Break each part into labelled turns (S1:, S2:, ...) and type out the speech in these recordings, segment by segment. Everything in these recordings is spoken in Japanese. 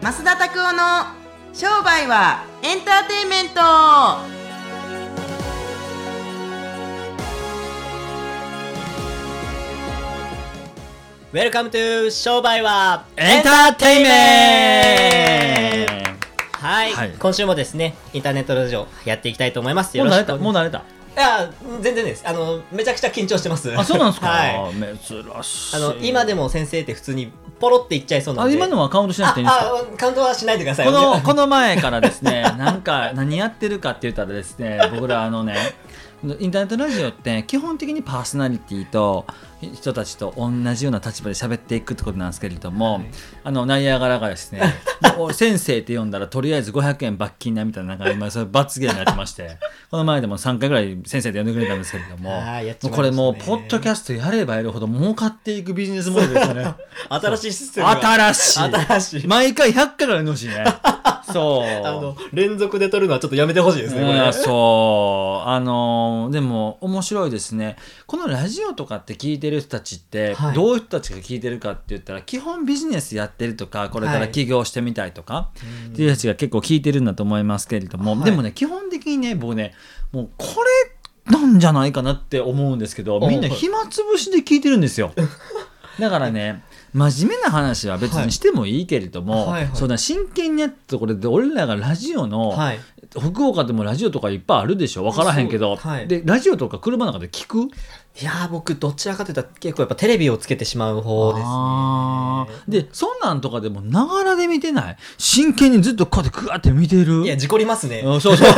S1: 増田拓夫の商売はエンターテインメント
S2: ウェルカムトゥ商売は
S3: エンターテイメント
S2: はい、
S3: はい
S2: 今週もですねインターネットラジオやっていきたいと思いますよ
S3: もう
S2: ろ
S3: 慣
S2: し
S3: れ
S2: く
S3: たもう慣れた
S2: いや全然ですあのめちゃくちゃ緊張してます
S3: あそうなんですか、
S2: はい
S3: 珍しい
S2: あの今でも先生って普通にポロって言っちゃいそうな
S3: あ
S2: んであ
S3: 今のはカウントしなくていいんですか
S2: あカウントはしないでください
S3: このこの前からですね なんか何やってるかって言ったらですね僕らあのねインターネットラジオって基本的にパーソナリティと人たちと同じような立場で喋っていくってことなんですけれども、あのナイアガラがですね もう先生って呼んだらとりあえず500円罰金なみたいななんか今それ罰ゲームになってましてこの前でも3回ぐらい先生って呼んでくれたんですけれども
S2: あーやっちまいましたね
S3: もうこれもうポッドキャストやればやるほど儲かっていくビジネスモデルですよね。
S2: 新しいシステムが
S3: 新しい
S2: 新しい
S3: 毎回100回からのしいねそう
S2: あの連続で撮るのはちょっとやめてほしいですねこれ
S3: うんそうあのでも面白いですねこのラジオとかって聞いてる人たちって、
S2: はい
S3: どういう人たちが聞いてるかって言ったら基本ビジネスやってるとかこれか
S2: は
S3: ら
S2: い
S3: 起業してみたいとか、っていう人たちが結構聞いてるんだと思いますけれども、
S2: はい
S3: でもね基本的にね僕ねもうこれなんじゃないかなって思うんですけど
S2: お
S3: みんな
S2: はい
S3: 暇つぶしで聞いてるんですよ。だからね真面目な話は別にしてもいいけれども、
S2: はいはいはい
S3: そんな真剣にやったところで俺らがラジオの、
S2: はい
S3: 福岡でもラジオとかいっぱいあるでしょ分からへんけど、
S2: そうはい
S3: でラジオとか車の中で聞く
S2: いやー僕どちらかというと結構やっぱテレビをつけてしまう方ですね
S3: あーでそんなんとかでもながらで見てない真剣にずっとこうやってグワーって見てる
S2: いや事故りますね
S3: うんそうそう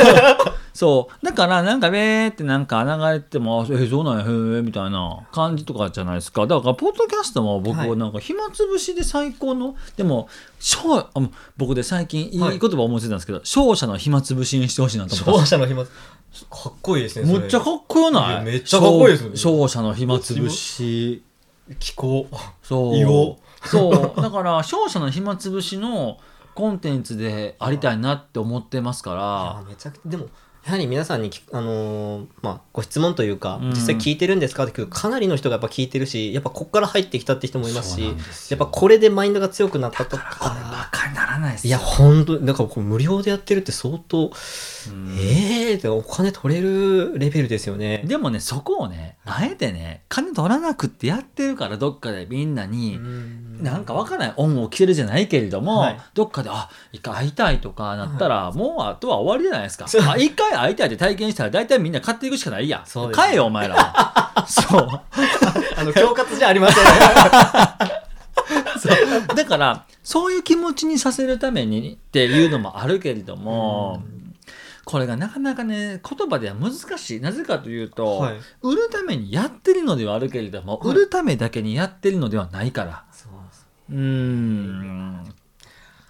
S3: そうだからなんかべーってなんか流れてもあえそうなんやへえみたいな感じとかじゃないですかだからポッドキャストも僕
S2: はい
S3: なんか暇つぶしで最高のでも勝あもう僕で最近いい
S2: はい
S3: 言葉思いついたんですけど、勝者の暇つぶしにしてほしいなと思った
S2: 勝者の暇かっこいいですねそ
S3: む
S2: れ
S3: っちゃかっこよ
S2: い
S3: な
S2: や
S3: い
S2: めっちゃかっこいいですね
S3: 勝勝者の暇つぶし
S2: 気候
S3: そう
S2: いいよ
S3: そうだから勝者の暇つぶしのコンテンツでありたいなって思ってますから
S2: あめちゃくちゃでもやはり皆さんにき、あのーまあ、ご質問というか、
S3: うん
S2: 実際聞いてるんですかって聞くかなりの人がやっぱ聞いてるしやっぱここから入ってきたって人もいます
S3: そう
S2: し
S3: なんです
S2: や
S3: よ
S2: っぱこれでマインドが強くなったとか
S3: バカにならないです
S2: いや本当にだからこう無料でやってるって相当
S3: うん
S2: ええー、ってお金取れるレベルですよね。
S3: でもねそこをねあえてね金取らなくってやってるからどっかでみんなに、なんかわからない恩を着てるじゃないけれども、
S2: はい
S3: どっかであ一回会いたいとかなったら、もうあとは終わりじゃないですか
S2: そう
S3: あ一回会いたいって体験したら大体みんな買っていくしかないや
S2: そうです
S3: 買えよお前らそう
S2: あの恐喝じゃありません。
S3: そうだからそういう気持ちにさせるためにって いうのもあるけれども、これがなかなかね言葉では難しいなぜかというと、
S2: はい
S3: 売るためにやってるのではあるけれども、
S2: はい
S3: 売るためだけにやってるのではないからうーん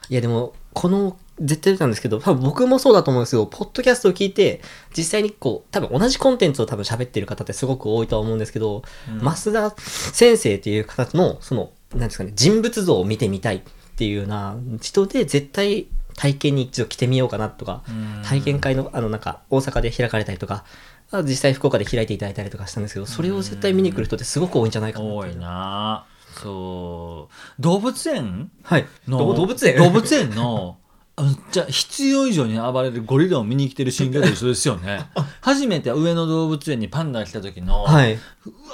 S2: いやでもこの絶対なんですけど多分僕もそうだと思うんですけどポッドキャストを聞いて実際にこう多分同じコンテンツを多分喋ってる方ってすごく多いとは思うんですけど、
S3: うん
S2: 増田先生っていう方のそのなんですかね人物像を見てみたいっていうような人で絶対体験に一度来てみようかなとか、
S3: うん
S2: 体験会のあのなんか大阪で開かれたりとかあ実際福岡で開いていただいたりとかしたんですけどそれを絶対見に来る人ってすごく多いんじゃないかなって
S3: 多いなそう動物園
S2: はい
S3: の
S2: ど動物園
S3: 動物園のあのじゃあ必要以上に暴れるゴリラを見に来てる新型と一緒ですよ ね初めて上野動物園にパンダが来た時の、
S2: はいう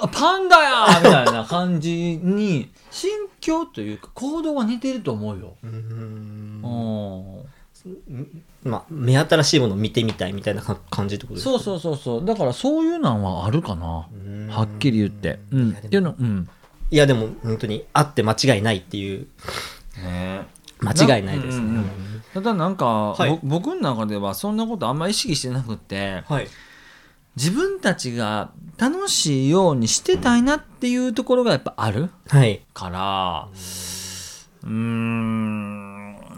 S3: わパンダやーみたいな感じに心境というか行動が似てると思うよ。
S2: うーん
S3: うん
S2: まあ、目新しいものを見てみたいみたいなか感じってことですか
S3: そうそうそうそうだからそういうのはあるかな
S2: うーん
S3: はっきり言って。うん、
S2: いやでも
S3: っていうのうん。
S2: いやでも本当にあって間違いないっていう
S3: ね
S2: 間違いないですね
S3: なうんうんうんただなんか、
S2: はい
S3: ぼ僕の中ではそんなことあんま意識してなくって
S2: はい
S3: 自分たちが楽しいようにしてたいなっていうところがやっぱある。
S2: はい
S3: からうーん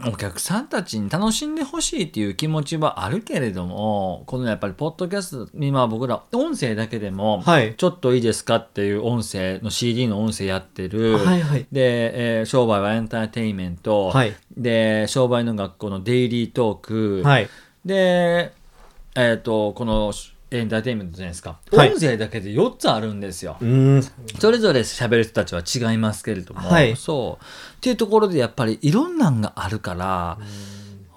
S3: お客さんたちに楽しんでほしいっていう気持ちはあるけれどもこのやっぱりポッドキャスト今僕ら音声だけでも、
S2: はい
S3: ちょっといいですかっていう音声の CD の音声やってる、
S2: はいはい
S3: で、えー商売はエンターテインメント、
S2: はい
S3: で商売の学校のデイリートーク、
S2: はい
S3: で、えー、とこのエンターテインメントじゃないですか、
S2: はい
S3: 音声だけで4つあるんですよ、
S2: うん。
S3: それぞれ喋る人たちは違いますけれども、
S2: はい
S3: そうっていうところでやっぱりいろんなんがあるから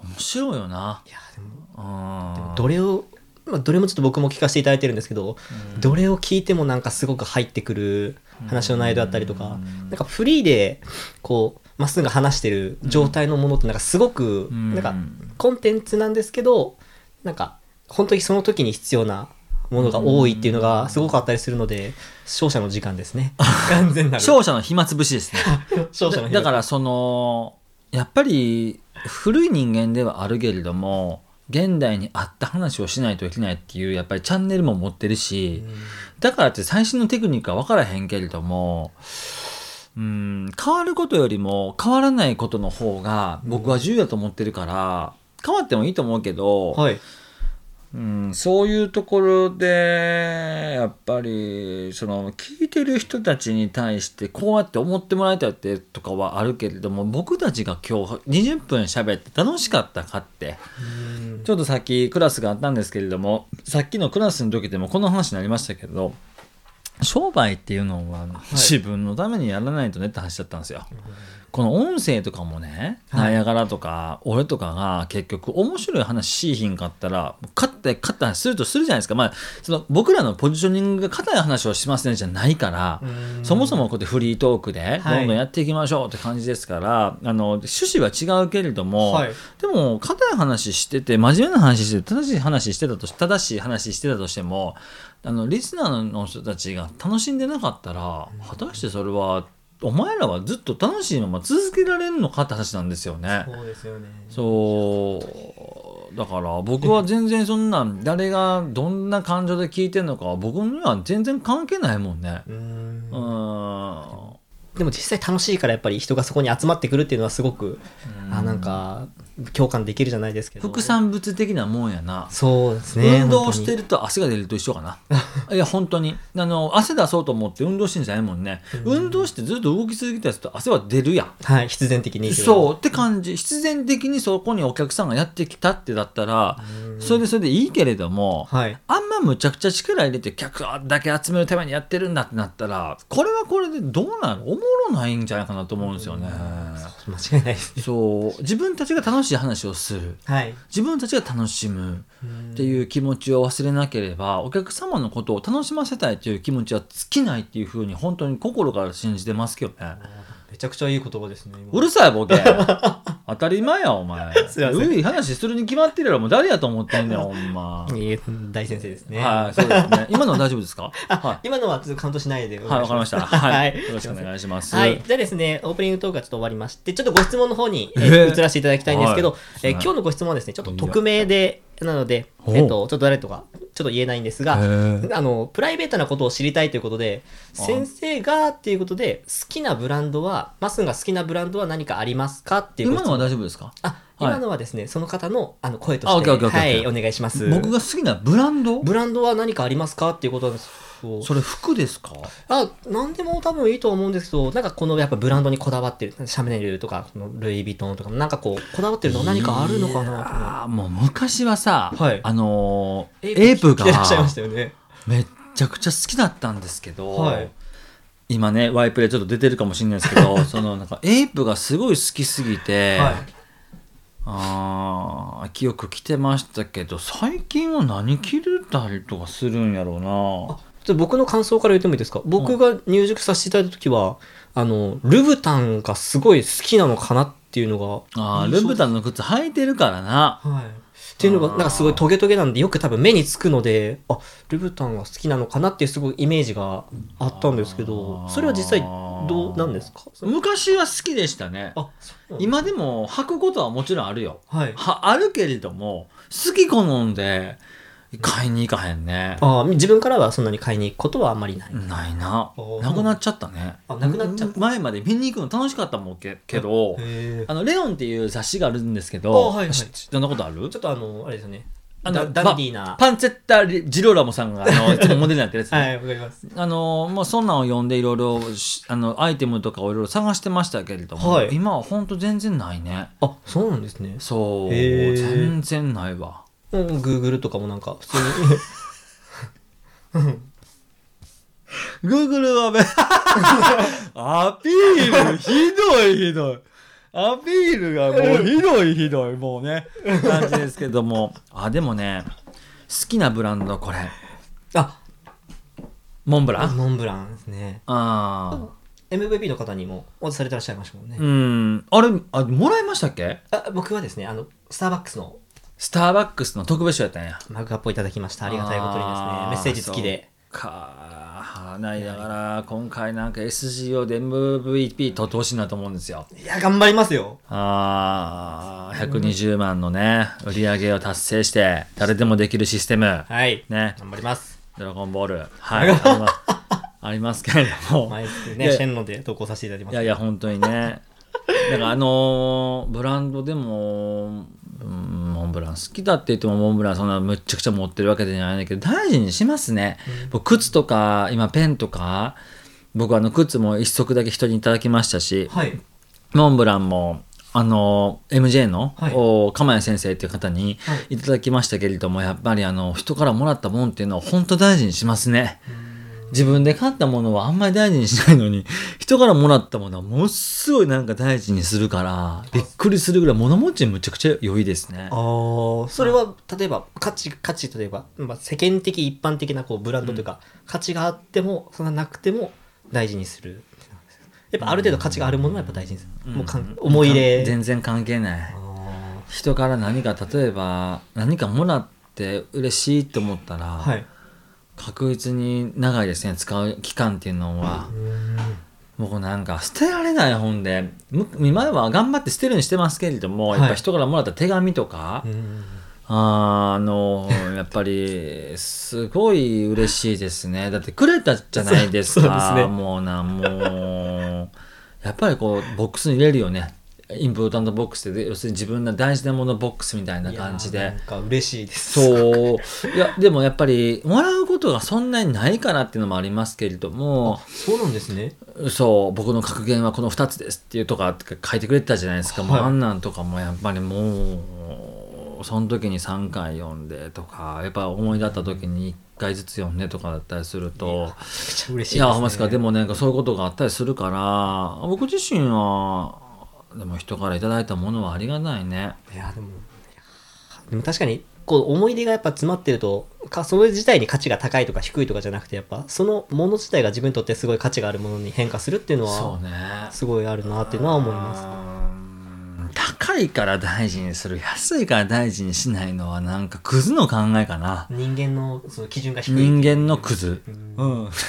S3: 面白いよな。
S2: いや、でも、
S3: うん
S2: どれを、まあ、どれもちょっと僕も聞かせていただいてるんですけど、どれを聞いてもなんかすごく入ってくる話の内容だったりとか、
S3: うん
S2: なんかフリーで、こう、まっすぐ話してる状態のものってなんかすごく、
S3: うん
S2: なんかコンテンツなんですけど、なんか本当にその時に必要なものが多いっていうのがすごくあったりするので、勝者の時間です ね。完全なる。
S3: 勝者の暇つぶしですね。
S2: 勝者の
S3: だ
S2: 日
S3: だからそのやっぱり古い人間ではあるけれども現代に合った話をしないといけないっていうやっぱりチャンネルも持ってるし、だからって最新のテクニックは分からへんけれども。うん変わることよりも変わらないことの方が僕は重要だと思ってるから、変わってもいいと思うけど、
S2: はい。
S3: うん、そういうところでやっぱりその聞いてる人たちに対してこうやって思ってもらいたいってとかはあるけれども僕たちが今日20分喋って楽しかったかってちょっとさっきクラスがあったんですけれどもさっきのクラスの時でもこの話になりましたけど商売っていうのは自分のためにやらないとねって話だったんですよ。この音声とかもね、
S2: はい
S3: ナイアガラとか俺とかが結局面白い話しいひんかったら勝って勝った話するとするじゃないですか、まあ、その僕らのポジショニングが硬い話をしますねじゃないから、そもそもこうやってフリートークでど
S2: はい
S3: んどんやっていきましょうって感じですから、あの趣旨は違うけれども、
S2: はい
S3: でも硬い話してて真面目な話してて正しい話してたとし正しい話してたとしてもあのリスナーの人たちが楽しんでなかったら果たしてそれはお前らはずっと楽しいまま続けられるのかって話なんですよね。
S2: そうですよね。
S3: そうだから僕は全然そんな誰がどんな感情で聞いてるのかは僕には全然関係ないもんね。
S2: うん
S3: うーん
S2: でも実際楽しいからやっぱり人がそこに集まってくるっていうのはすごく、あなんか共感できるじゃないですけど
S3: 副産物的なもんやな。
S2: そうですね
S3: 運動してると汗が出ると一緒かないや本当にあの汗出そうと思って運動してんじゃないもんね、運動してずっと動き続けたやつと汗は出るやん
S2: 本当にはい必然的に
S3: そうって感じ必然的にそこにお客さんがやってきたってだったらそれでそれでいいけれども、
S2: はい
S3: あんまむちゃくちゃ力入れて客だけ集めるためにやってるんだってなったらこれはこれでどうなのおもろないんじゃないかなと思うんですよね、
S2: 間違いないです
S3: そう自分たちが楽しい話をする
S2: はい
S3: 自分たちが楽しむっていう気持ちを忘れなければお客様のことを楽しませたいという気持ちは尽きないっていうふうに本当に心から信じてますけどね
S2: めちゃくちゃいい言葉ですね
S3: うるさい ボケ当たり前やお前
S2: すいません
S3: うい話するに決まってるやろもう誰やと思っ てんねんほんま
S2: いえ大先生ですね、
S3: はいそうですね今のは大丈夫です かは
S2: 今のはちょっとカウントしないで
S3: いはいわかりました
S2: は
S3: はいいよろしくお願いします
S2: はい、じゃあですね、オープニングトークがちょっと終わりまして、ちょっとご質問の方に、えー
S3: えー
S2: 移らせていただきたいんですけど、
S3: はい
S2: えー今日のご質問はですね、ちょっと匿名で、なので、えっ、と、ちょっと誰とか、ちょっと言えないんですが、
S3: へー
S2: あの、プライベートなことを知りたいということで、
S3: あ
S2: 先生がっていうことで、好きなブランドは、マスンが好きなブランドは何かありますかっていうご
S3: 今
S2: 質
S3: の
S2: 問
S3: は大丈夫ですか
S2: あ、
S3: はい
S2: 今のはですね、その方のあの声と
S3: あオ
S2: し
S3: ッ
S2: て、
S3: ケーオッケーオッケー
S2: は
S3: オ
S2: い、
S3: ッケ
S2: お
S3: ー
S2: 願いします。
S3: 僕が好きなブランド
S2: ブランドは何かありますかっていうことなんですよ
S3: それ服ですか
S2: あ、なんでも多分いいと思うんですけど、なんかこのやっぱブランドにこだわってる、シャネルとか、そのルイ・ヴィトンとか、なんかこう、こだわってるの何かあるのかなと思
S3: ああもう昔はさ、
S2: はい
S3: あのー
S2: って
S3: エイプが
S2: いらっしゃいましたよね。
S3: めっちゃくちゃ好きだったんですけど、
S2: はい
S3: 今ねワイプでちょっと出てるかもしれないですけ どそのなんかエイプがすごい好きすぎて、
S2: はい。
S3: あー記憶来てましたけど最近は何着れたりとかするんやろう
S2: あ
S3: な
S2: ちょっと僕の感想から言ってもいいですか僕が入塾させていただいた時は、あの、ルブタンがすごい好きなのかなっていうのが。
S3: あールブタンの靴履いてるからな
S2: はい。っていうのが、なんかすごいトゲトゲなんで、よく多分目につくので、あ、ルブタンが好きなのかなっていうすごいイメージがあったんですけど、それは実際どうなんですか
S3: 昔は好きでしたね
S2: あ、そうなんだ
S3: 今でも履くことはもちろんあるよ
S2: はい。
S3: はあるけれども好き好んで買いに行かへんね
S2: ああ自分からはそんなに買いに行くことはあんまりない。
S3: ないな
S2: おー
S3: なくなっちゃったね
S2: あなくなっちゃった
S3: 前まで見に行くの楽しかったもんけけど
S2: へえ
S3: あのレオンっていう雑誌があるんですけど
S2: あはいはい
S3: し知ったことある
S2: ちょっとあの、あれですよね。
S3: あ
S2: ダ
S3: の
S2: ダンディーな。
S3: パンツェッタリジローラモさんがあ のいつもモデルになってるやつね、
S2: はい、わかります。
S3: あのまあ、そんなんを読んでいろいろしあのアイテムとかをいろいろ探してましたけれども、
S2: はい
S3: 今はほんと全然ないね
S2: あ、そうなんですね。
S3: そう
S2: へー
S3: 全然ないわ
S2: うん、グーグルとかもなんか、普通に。
S3: Google はめアピールひどいひどいアピールがもうひどいひどいもうね感じですけどもあでもね好きなブランドこれ
S2: あ
S3: モンブラン
S2: モンブランですね
S3: あ
S2: MVP の方にもお渡されてらっしゃいましたもんね、
S3: ーうんあれあもらいましたっけ
S2: あ僕はですねあのスターバックスの
S3: スターバックスの特別賞やったんや
S2: マグカップをいただきましたありがたいことにですね
S3: あー
S2: メッセージ付きで
S3: そうかないだから今回なんか SGO で MVP 取ってほしいなと思うんですよ
S2: いや頑張りますよ
S3: ああ、120万のね、売り上げを達成して、誰でもできるシステム、
S2: はい
S3: ね、
S2: 頑張ります
S3: ドラゴンボール、はい、ありますありますけれ ども、
S2: 毎月
S3: い
S2: ね
S3: や
S2: シェンロンで投稿させていただきま
S3: い
S2: す
S3: やいや、本当にね、だからあのーブランドでも、うんモンブラン好きだって言っても、モンブランそんなむっちゃくちゃ持ってるわけじゃないんだけど、大事にしますね。僕靴とか、今ペンとか、僕あの靴も一足だけ人にいただきましたし、
S2: はい
S3: モンブランも、あの、MJ の、
S2: はい
S3: お釜谷先生っていう方に
S2: はい
S3: ただきましたけれども、やっぱりあの、人からもらったもんっていうのは本当大事にしますね。自分で買ったものはあんまり大事にしないのに、 人からもらったものはものすごいなんか大事にするから、びっくりするぐらい物持ちむちゃくちゃ良いですね
S2: あ。ーそれは例えば価値価値といえば、まあ、世間的一般的なこうブランドというか、価値があってもそんななくても大事にするやっぱある程度価値があるものはやっぱ大事にする、もうかん思い入れ
S3: 全然関係ない。
S2: あ
S3: 人から何か、例えば何かもらって嬉しいと思ったら、
S2: ーはい
S3: 確実に長いですね使う期間っていうのは、僕なんか捨てられない本でむ前は頑張って捨てるにしてますけれども、
S2: はい
S3: やっぱ人からもらった手紙とか、
S2: うん
S3: あーあ のーやっぱりすごい嬉しいですねだってくれたじゃないで
S2: そ
S3: す
S2: う
S3: か
S2: そうですね
S3: もうなもうやっぱりこうボックスに入れるよねインプータントボックスで要するに自分の大事なものボックスみたいない
S2: やー
S3: 感じで
S2: なんか嬉しいです
S3: そう。いや、でもやっぱり、もらうことがそんなにないかなっていうのもありますけれども、
S2: そうなんですね
S3: そう、僕の格言はこの2つですっていうとかって書いてくれてたじゃないですか。もう
S2: はい
S3: あんなんとかもやっぱりもう、その時に3回読んでとか、やっぱ思い立った時に1回ずつ読んでとかだったりすると、
S2: めちゃくちゃ嬉しい
S3: いや、ほんまですか、でもなんかそういうことがあったりするから、僕自身は、でも人からいただいたものはありがたいね。
S2: いやでもいやでも確かにこう思い出がやっぱ詰まってるとかそれ自体に価値が高いとか低いとかじゃなくてやっぱそのもの自体が自分にとってすごい価値があるものに変化するっていうの
S3: そ
S2: は
S3: うね。
S2: すごいあるなっていうのは思います
S3: うーん高いから大事にする安いから大事にしないのはなんかクズの考えかな
S2: 人間のその基準が低い
S3: 人間のクズうん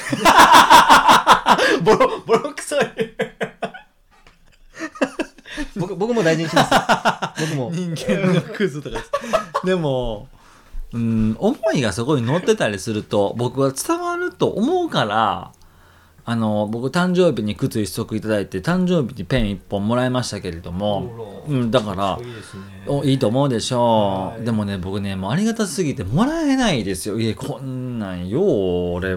S2: ボロボロくさい僕僕も大事にします僕も
S3: 人間のクズとかです でもうん思いがそこに乗ってたりすると僕は伝わると思うからあの僕誕生日に靴一足いただいて誕生日にペン一本もらいましたけれど も、
S2: あら
S3: うん、だから
S2: いいですね
S3: おいいと思うでしょう、
S2: はい
S3: でもね僕ねもうありがたすぎてもらえないですよいえこんなんよう俺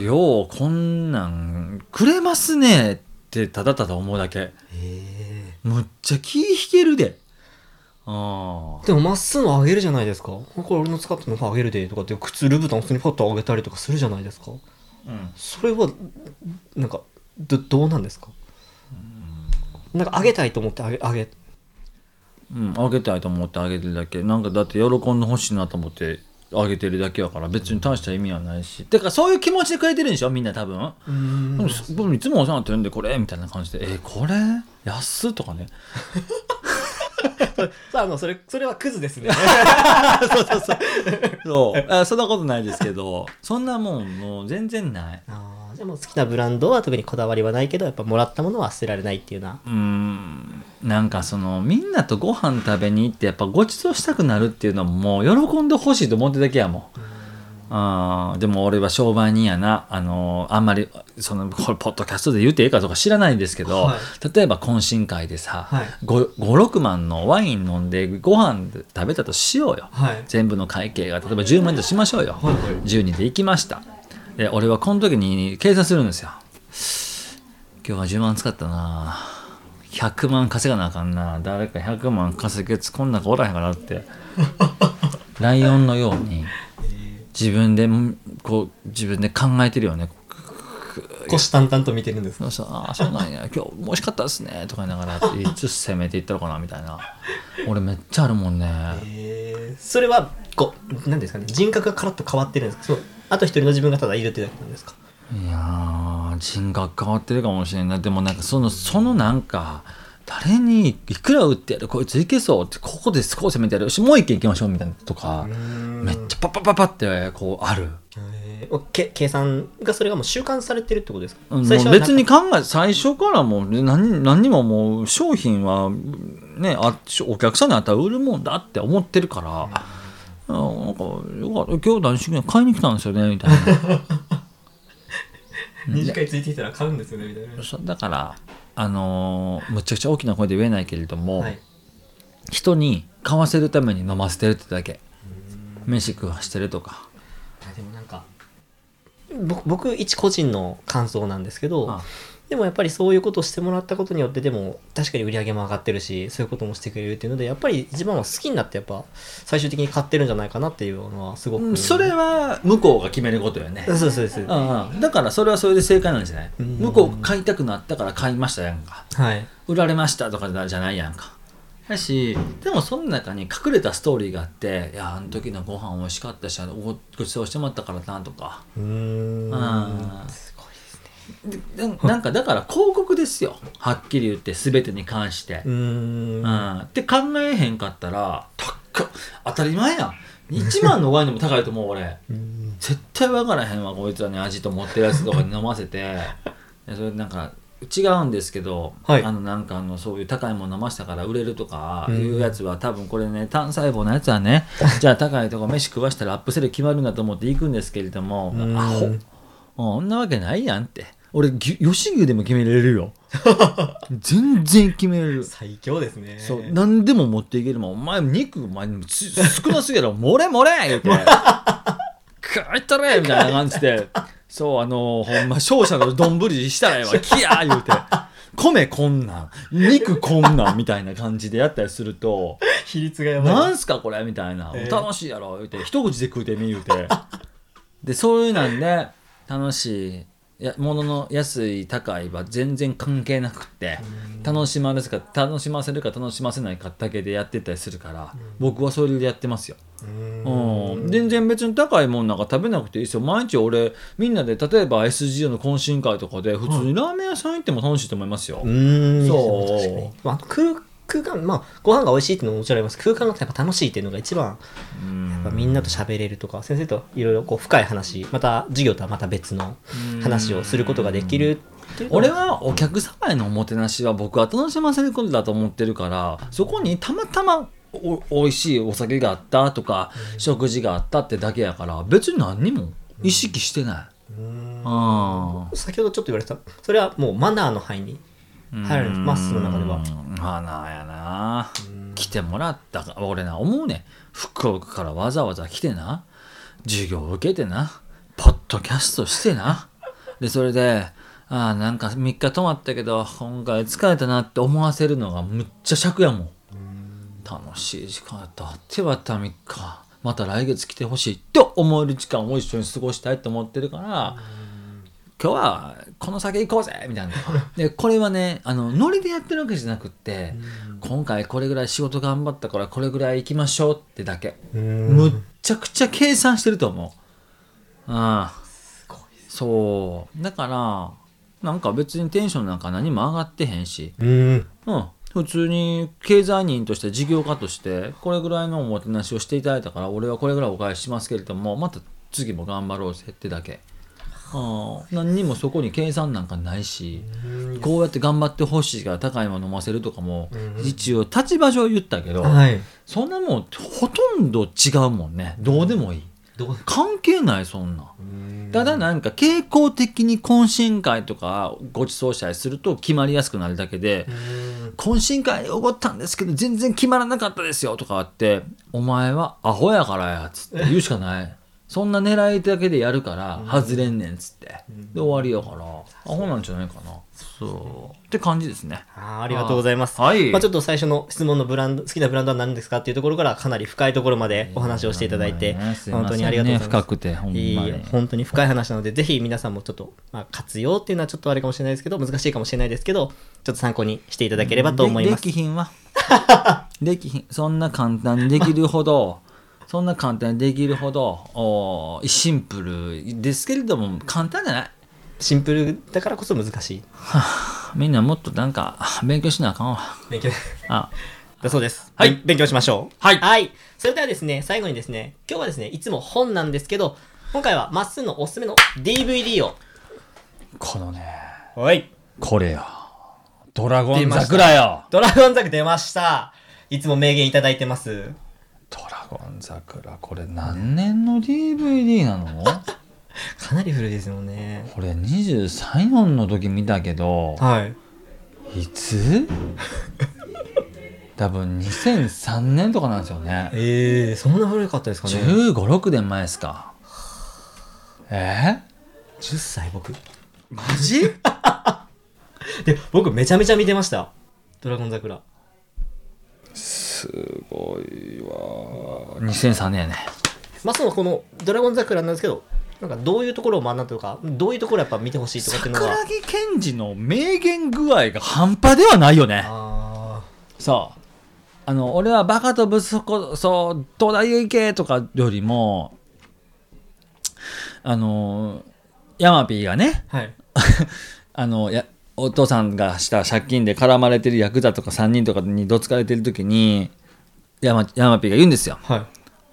S3: ようこんなんくれますねってただただ思うだけ
S2: え
S3: むっちゃ気引けるであ
S2: ーでもまっすぐあげるじゃないですかこれ俺の使ったのあげるでとかって靴ルブタン普通にパッとあげたりとかするじゃないですか
S3: あ、うん、
S2: それはなんかどどうなんですかなんかあげたいと思ってあげあげ
S3: うん、あげたいと思ってあげてるだけなんかだって喜んでほしいなと思ってあげてるだけやから別に大した意味はないしてかそういう気持ちでくれてるんでしょみんな多分
S2: うん
S3: でもす僕いつもお世話になってるんでこれみたいな感じで「えこれ安っ」とかね
S2: あのそれそれはクズ ですね
S3: そうそうそう。そう。 あそんなことないですけど、そんなもん、もう全然ない。
S2: あーじゃあもう好きなブランドは特にこだわりはないけどやっぱもらったものは捨てられないっていうな
S3: うーん。なんかその、みんなとご飯食べに行って、やっぱごちそうしたくなるっていうのも、もう喜んでほしいと思ってるだけやもん。あーでも俺は商売人やな、あのーあんまりそのこれポッドキャストで言っていいかとか知らないんですけど、
S2: は
S3: 例えば懇親会でさ、
S2: はい
S3: 56万のワイン飲んでご飯食べたとしようよ、
S2: はい
S3: 全部の会計が例えば10万円としましょうよ、
S2: はいはい
S3: 10人で行きましたで俺はこの時に計算するんですよ今日は10万使ったな100万稼がなあかんな誰か100万稼げつこんな子 おらへんからってライオンのように自分でこう自分で考えてるよね
S2: 虎視眈々と見てるんです
S3: そうそうああそうなんや今日もしかったですねとか言いながらいつ攻めていったのかなみたいな俺めっちゃあるもんね
S2: えーそれはこうなんですかね人格がカラッと変わってるんですかそうあと一人の自分がただいるってだけなんですか
S3: いやー人格変わってるかもしれないでもなんかそのそのなんか誰にいくら打ってやるこいついけそうってここですこう攻めてやるよしもう一軒行きましょうみたいなとかめっちゃパッパッパッパってこうある。
S2: えーおけ計算がそれがもう習慣されてるってことですか、
S3: うん
S2: 最初
S3: も
S2: は
S3: う
S2: なん
S3: 別に考え最初からもう何何にももう商品はねあお客さんにあったら売るもんだって思ってるから、うんなんかよかった今日何種類買いに来たんですよねみたいな
S2: 二次会ついてきたら買うんですよねみたいな
S3: そだからあのーむちゃくちゃ大きな声で言えないけれども、
S2: はい
S3: 人に買わせるために飲ませてるってだけ飯食わしてるとか
S2: あでもなんか僕僕一個人の感想なんですけど、
S3: あ
S2: でもやっぱりそういうことをしてもらったことによってでも確かに売り上げも上がってるしそういうこともしてくれるっていうのでやっぱり一番は好きになってやっぱ最終的に買ってるんじゃないかなっていうのはすごく、
S3: うんそれは向こうが決めることよね
S2: そうそうそうそう
S3: ああだからそれはそれで正解なんじゃない
S2: うん
S3: 向こうが買いたくなったから買いましたやんか
S2: はい
S3: 売られましたとかじゃないやんかやしでもその中に隠れたストーリーがあっていやあの時のご飯美味しかったしあのごごちそうしてもらったからなとか
S2: うーん
S3: あー
S2: すごいですね
S3: ででなんかだから広告ですよはっきり言って全てに関して、
S2: うーん
S3: うんって考えへんかったら高っ当たり前やん1万のワインでも高いと思う俺
S2: うん
S3: 絶対分からへんわこいつらに味と思ってるやつとかに飲ませて でそれでなんか違うんですけど、
S2: はい
S3: あのなんかあのそういう高いもの飲ませたから売れるとか
S2: うん
S3: いうやつは、多分これね単細胞のやつはね じゃあ高いとこ飯食わしたらアップセル決まるんだと思って行くんですけれども
S2: うん
S3: アホそんなわけないやんって俺ぎ吉牛でも決めれる よ全然決めれる
S2: 最強ですね
S3: そう何でも持っていけるもんお前肉お前つ少なす ぎやろ漏れ漏れ言うて「帰ったれ!」みたいな感じでそうあのほんま勝者の丼したらええわキヤー言うて米こんなん肉こんなんみたいな感じでやったりすると
S2: 比率が
S3: 「
S2: やばい
S3: なんすかこれ」みたいな「
S2: ええ
S3: 楽しいやろ」言うて一口で食うてみ言う てでそういうなんで楽しい。いや物の安い高いは全然関係なくって、楽しまれるか楽しませるか楽しませないかだけでやってたりするから、僕はそれでやってますよ、
S2: うーん
S3: うん、全然別に高いもんなんか食べなくていいですよ毎日俺みんなで例えば SGO の懇親会とかで普通にラーメン屋さん行っても楽しいと思いますよ、
S2: うーん
S3: そう
S2: 確かにまあ、空空間まあご飯が美味しいっていうのももちろんあります空間がやっぱ楽しいっていうのが一番やっぱみんなと喋れるとか先生といろいろこう深い話また授業とはまた別の話をすることができるっていうの
S3: 俺はお客様へのおもてなしは僕は楽しませることだと思ってるからそこにたまたまお美味しいお酒があったとか食事があったってだけやから別に何にも意識してない。うん
S2: 先ほどちょっと言われてたそれはもうマナーの範囲に入る
S3: うん
S2: マッスルの中では
S3: まあなあやな来てもらったか俺な思うね福岡からわざわざ来てな授業受けてなポッドキャストしてなでそれでああなんか3日泊まったけど今回疲れたなって思わせるのがむっちゃ尺やもん楽しい時間やったあってはった3日また来月来てほしいって思える時間を一緒に過ごしたいと思ってるから今日はこの先行こうぜみたいなでこれはねあのノリでやってるわけじゃなくって今回これぐらい仕事頑張ったからこれぐらい行きましょうってだけむっちゃくちゃ計算してると思うああそうだからなんか別にテンションなんか何も上がってへんし
S2: うん
S3: うん、普通に経済人として事業家としてこれぐらいのおもてなしをしていただいたから俺はこれぐらいお返ししますけれどもまた次も頑張ろうぜってだけ、うん、何にもそこに計算なんかないしこうやって頑張ってほしいから高いもの飲ませるとかも一応立場上言ったけど
S2: はい
S3: そんなもんほとんど違うもんねどうでもいい
S2: どう
S3: 関係ないそんなんただなんか傾向的に懇親会とかごちそうしたりすると決まりやすくなるだけで懇親会おごったんですけど全然決まらなかったですよとかあってお前はアホやからやっつって言うしかないそんな狙いだけでやるから外れんねんっつって、で終わりやからあほうなんじゃないかなそうって感じですね
S2: あーありがとうございます。
S3: はい
S2: まあ、ちょっと最初の質問のブランド、好きなブランドは何ですかっていうところからかなり深いところまでお話をしていただいて、
S3: ほんまにねすいませんね
S2: 本当にありがとうございます。
S3: 深くてほんまに
S2: いいい本当に深い話なので、ぜひ皆さんもちょっと、まあ、活用っていうのはちょっとあれかもしれないですけど、難しいかもしれないですけど、ちょっと参考にしていただければと思います
S3: でで。きひん わできひんそんな簡単にできるほどそんな簡単にできるほどおーシンプルですけれども簡単じゃない
S2: シンプルだからこそ難しい。
S3: みんなもっとなんか勉強しなあかんわ
S2: 勉強
S3: あ
S2: だそうです。
S3: はい
S2: 勉勉強しましょう。
S3: はい
S2: それではですね、最後にですね、今日はですね、いつも本なんですけど、今回はまっすーのおすすめの DVD を。
S3: このね
S2: はい。
S3: これよドラゴ
S2: 出
S3: ン
S2: ました
S3: 桜よ
S2: ドラゴンザク出ました。いつも名言いただいてます。
S3: ドラゴン桜これ何年の DVD な の
S2: かなり古いですよね。
S3: これ23 4の時見たけど
S2: はい。
S3: い つ多分2003年とかなんですよね
S2: ええー、そんな古かったですかね。
S3: 1 5 6年前ですかえ
S2: 10歳僕。
S3: マジ
S2: で、僕めちゃめちゃ見てました。ドラゴン桜。
S3: 2003年やね
S2: まあ、そのこのドラゴン桜なんですけど、なんかどういうところを学んだとか、どういうところやっぱ見てほしいとかっていうの
S3: 桜
S2: は。
S3: 木健二の名言具合が半端ではないよね
S2: あ
S3: そうあの俺はバカとブスこそう東大へ行けとかよりもあのヤマピーがね
S2: あ。はい。
S3: あのやお父さんがした借金で絡まれてるヤクザとか3人とかにどつかれてる時にヤマヤマピーが言うんですよ
S2: はい。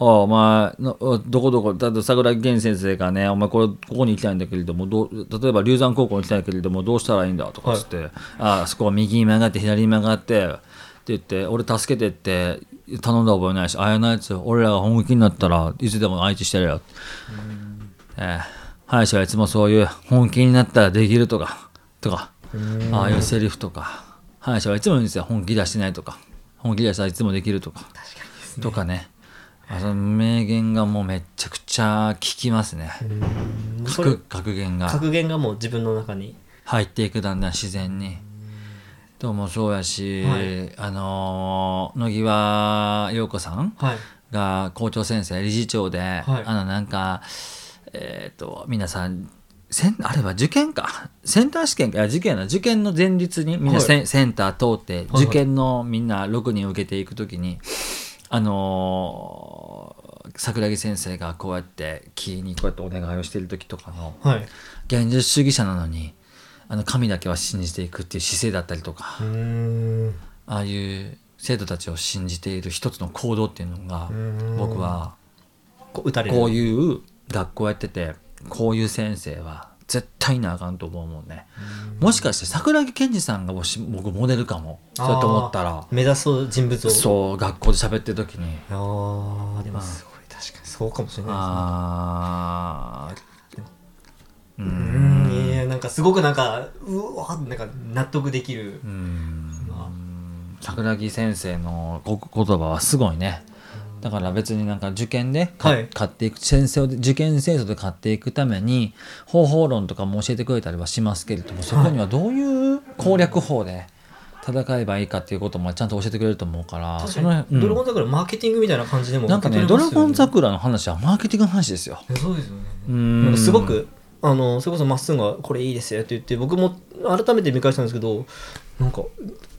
S3: ああ、まあ、のおどこどこ、だと桜木源先生がね、お前これ、ここに行きたいんだけれども、どう例えば、龍山高校に行きたいけれども、どうしたらいいんだとかつって、ああ、そこは右に曲がって、左に曲がって、って言って、俺助けてって頼んだ覚えないし、ああいうやつ、俺らが本気になったらいつでも相手してるよ。ええ林はいつもそういう本気になったらできるとか、とか、ああいうセリフとか、林はいつも言うんですよ、本気出してないとか、本気出したらいつもできるとか。とかねあの名言がもうめちゃくちゃ効きますね
S2: それ
S3: 格格言が
S2: 格言がもう自分の中に。
S3: 入っていくだんだん自然にどうもそうやし、
S2: はい
S3: あのー野際陽子さん
S2: はい。
S3: が校長先生理事長で、
S2: はい
S3: あのなんかえっ、と皆さんせんあれは受験かセンター試験かいや受験だ受験の前日にみんなセ,、センター通って
S2: はい
S3: 受験のみんな6人受けていく時に、あのー桜木先生がこうやって木にこうやってお願いをしてる時とかの
S2: はい。
S3: 現実主義者なのにあの神だけは信じていくっていう姿勢だったりとか、
S2: うーん。
S3: ああいう生徒たちを信じている一つの行動っていうのが
S2: ん
S3: 僕は
S2: こう打たれる。
S3: こういう学校やっててこういう先生は絶対なあかんと思うもんねもしかして桜木健二さんがもし僕モデルかもそうやって思ったら
S2: 目指す人物を。
S3: そう学校で喋ってる時に
S2: ああでもすごい確かにそうかもしれな
S3: あーう
S2: いですね
S3: ん
S2: うーんいやなんかすごくなんかうわなんか納得できる
S3: うん
S2: あ
S3: 桜木先生のご言葉はすごいねだから別になんか受験でか、
S2: はい
S3: 買っていく先生を受験生徒で買っていくために方法論とかも教えてくれたりはしますけれどもそこにはどういう攻略法で戦えばいいかっていうこともちゃんと教えてくれると思うから
S2: 確か
S3: その
S2: にドラ
S3: 辺
S2: ゴ
S3: う
S2: ン桜マーケティングみたいな感じでも
S3: ん、なんかね
S2: 受け
S3: ド
S2: 取
S3: ラ
S2: れますよ
S3: ゴン桜の話はマーケティングの話ですよ。
S2: いやそうですよね
S3: うん
S2: なんかすごくあのそれこそまっすぐが「これいいですよ」って言って僕も改めて見返したんですけどなんか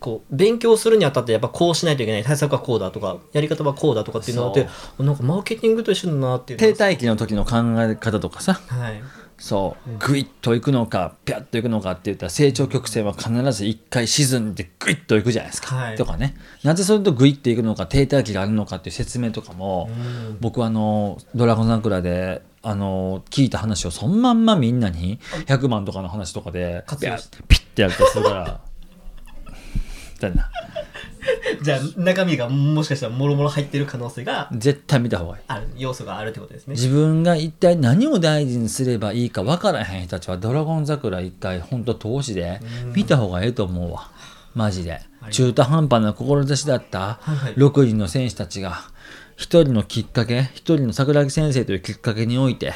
S2: こう勉強するにあたってやっぱこうしないといけない対策はこうだとかやり方はこうだとかっていうのがあってなんかマーケティングと一緒だなっていうの
S3: 停
S2: が
S3: 滞期の時の考え方とかさ
S2: はい
S3: そうグイッといくのかピャッといくのかって言ったら成長曲線は必ず一回沈んでグイッといくじゃないですか、
S2: はい
S3: とかねなぜそれとグイッといくのか停滞期があるのかっていう説明とかも、
S2: うん
S3: 僕はあの「ドラゴン桜」であの聞いた話をそのまんまみんなに100万とかの話とかで
S2: 活
S3: ピャ
S2: 用
S3: ッ
S2: して
S3: ピッてやったりするから だよな
S2: じゃあ中身がもしかしたらもろもろ入ってる可能性が
S3: 絶対見た方がいい。
S2: ある要素があるってことですね。
S3: 自分が一体何を大事にすればいいか分からへん人たちは「ドラゴン桜」一回ほんと投資で見た方がええと思うわマジで
S2: はい
S3: 中途半端な志だった
S2: はいはい
S3: 6人の選手たちが一人のきっかけ一人の桜木先生というきっかけにおいて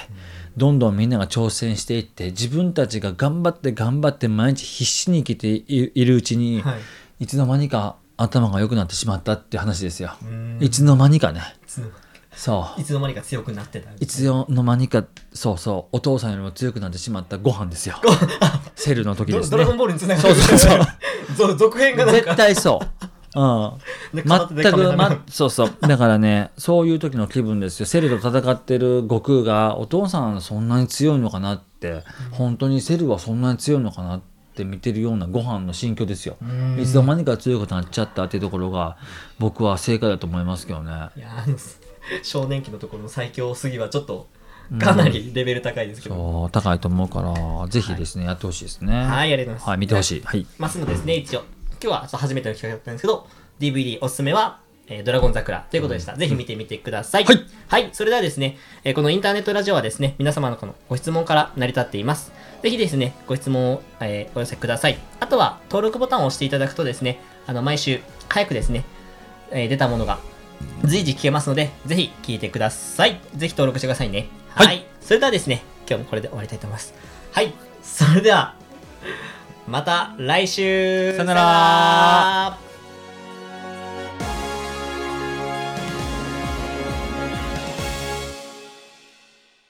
S3: どんどんみんなが挑戦していって自分たちが頑張って頑張って毎日必死に生きていいるうちに、
S2: はい
S3: い、つの間にか頭が良くなってしまったっていう話ですよ
S2: うん
S3: いつの間にかね
S2: つの
S3: そう
S2: いつの間にか強くなってた
S3: いつの間にかそうそうお父さんよりも強くなってしまったご飯ですよセルの時
S2: ド
S3: です
S2: ド
S3: ね
S2: ラゴンボールにつながってる
S3: そうそう
S2: そう続編がなん
S3: 絶
S2: か
S3: 対そううん
S2: ね
S3: 全
S2: 片手で
S3: く、
S2: カメラ
S3: ま、そうそうだからねそういう時の気分ですよセルと戦ってる悟空がお父さんそんなに強いのかなって本当にセルはそんなに強いのかなって見てるようなご飯の心境ですよ
S2: うん
S3: いつの間にか強くなっちゃったっていうところが僕は正解だと思いますけどね
S2: いやあの少年期のところの最強すぎはちょっとかなりレベル高いですけど、
S3: そう高いと思うからぜひですね、やってほしいですね
S2: はいありがとうございます
S3: はい見てほしいはい
S2: ますのでですね一応今日はちょっと初めての企画だったんですけど DVD おすすめは「えードラゴン桜」ということでした、ぜひ見てみてください
S3: はい、
S2: それではですね、えーこのインターネットラジオはですね皆様のこのご質問から成り立っていますぜひですねご質問を、えーお寄せくださいあとは登録ボタンを押していただくとですねあの毎週早くですね、えー出たものが随時聞けますのでぜひ聞いてくださいぜひ登録してくださいね
S3: はい
S2: それではですね今日もこれで終わりたいと思いますはいそれではまた来週
S3: さよなら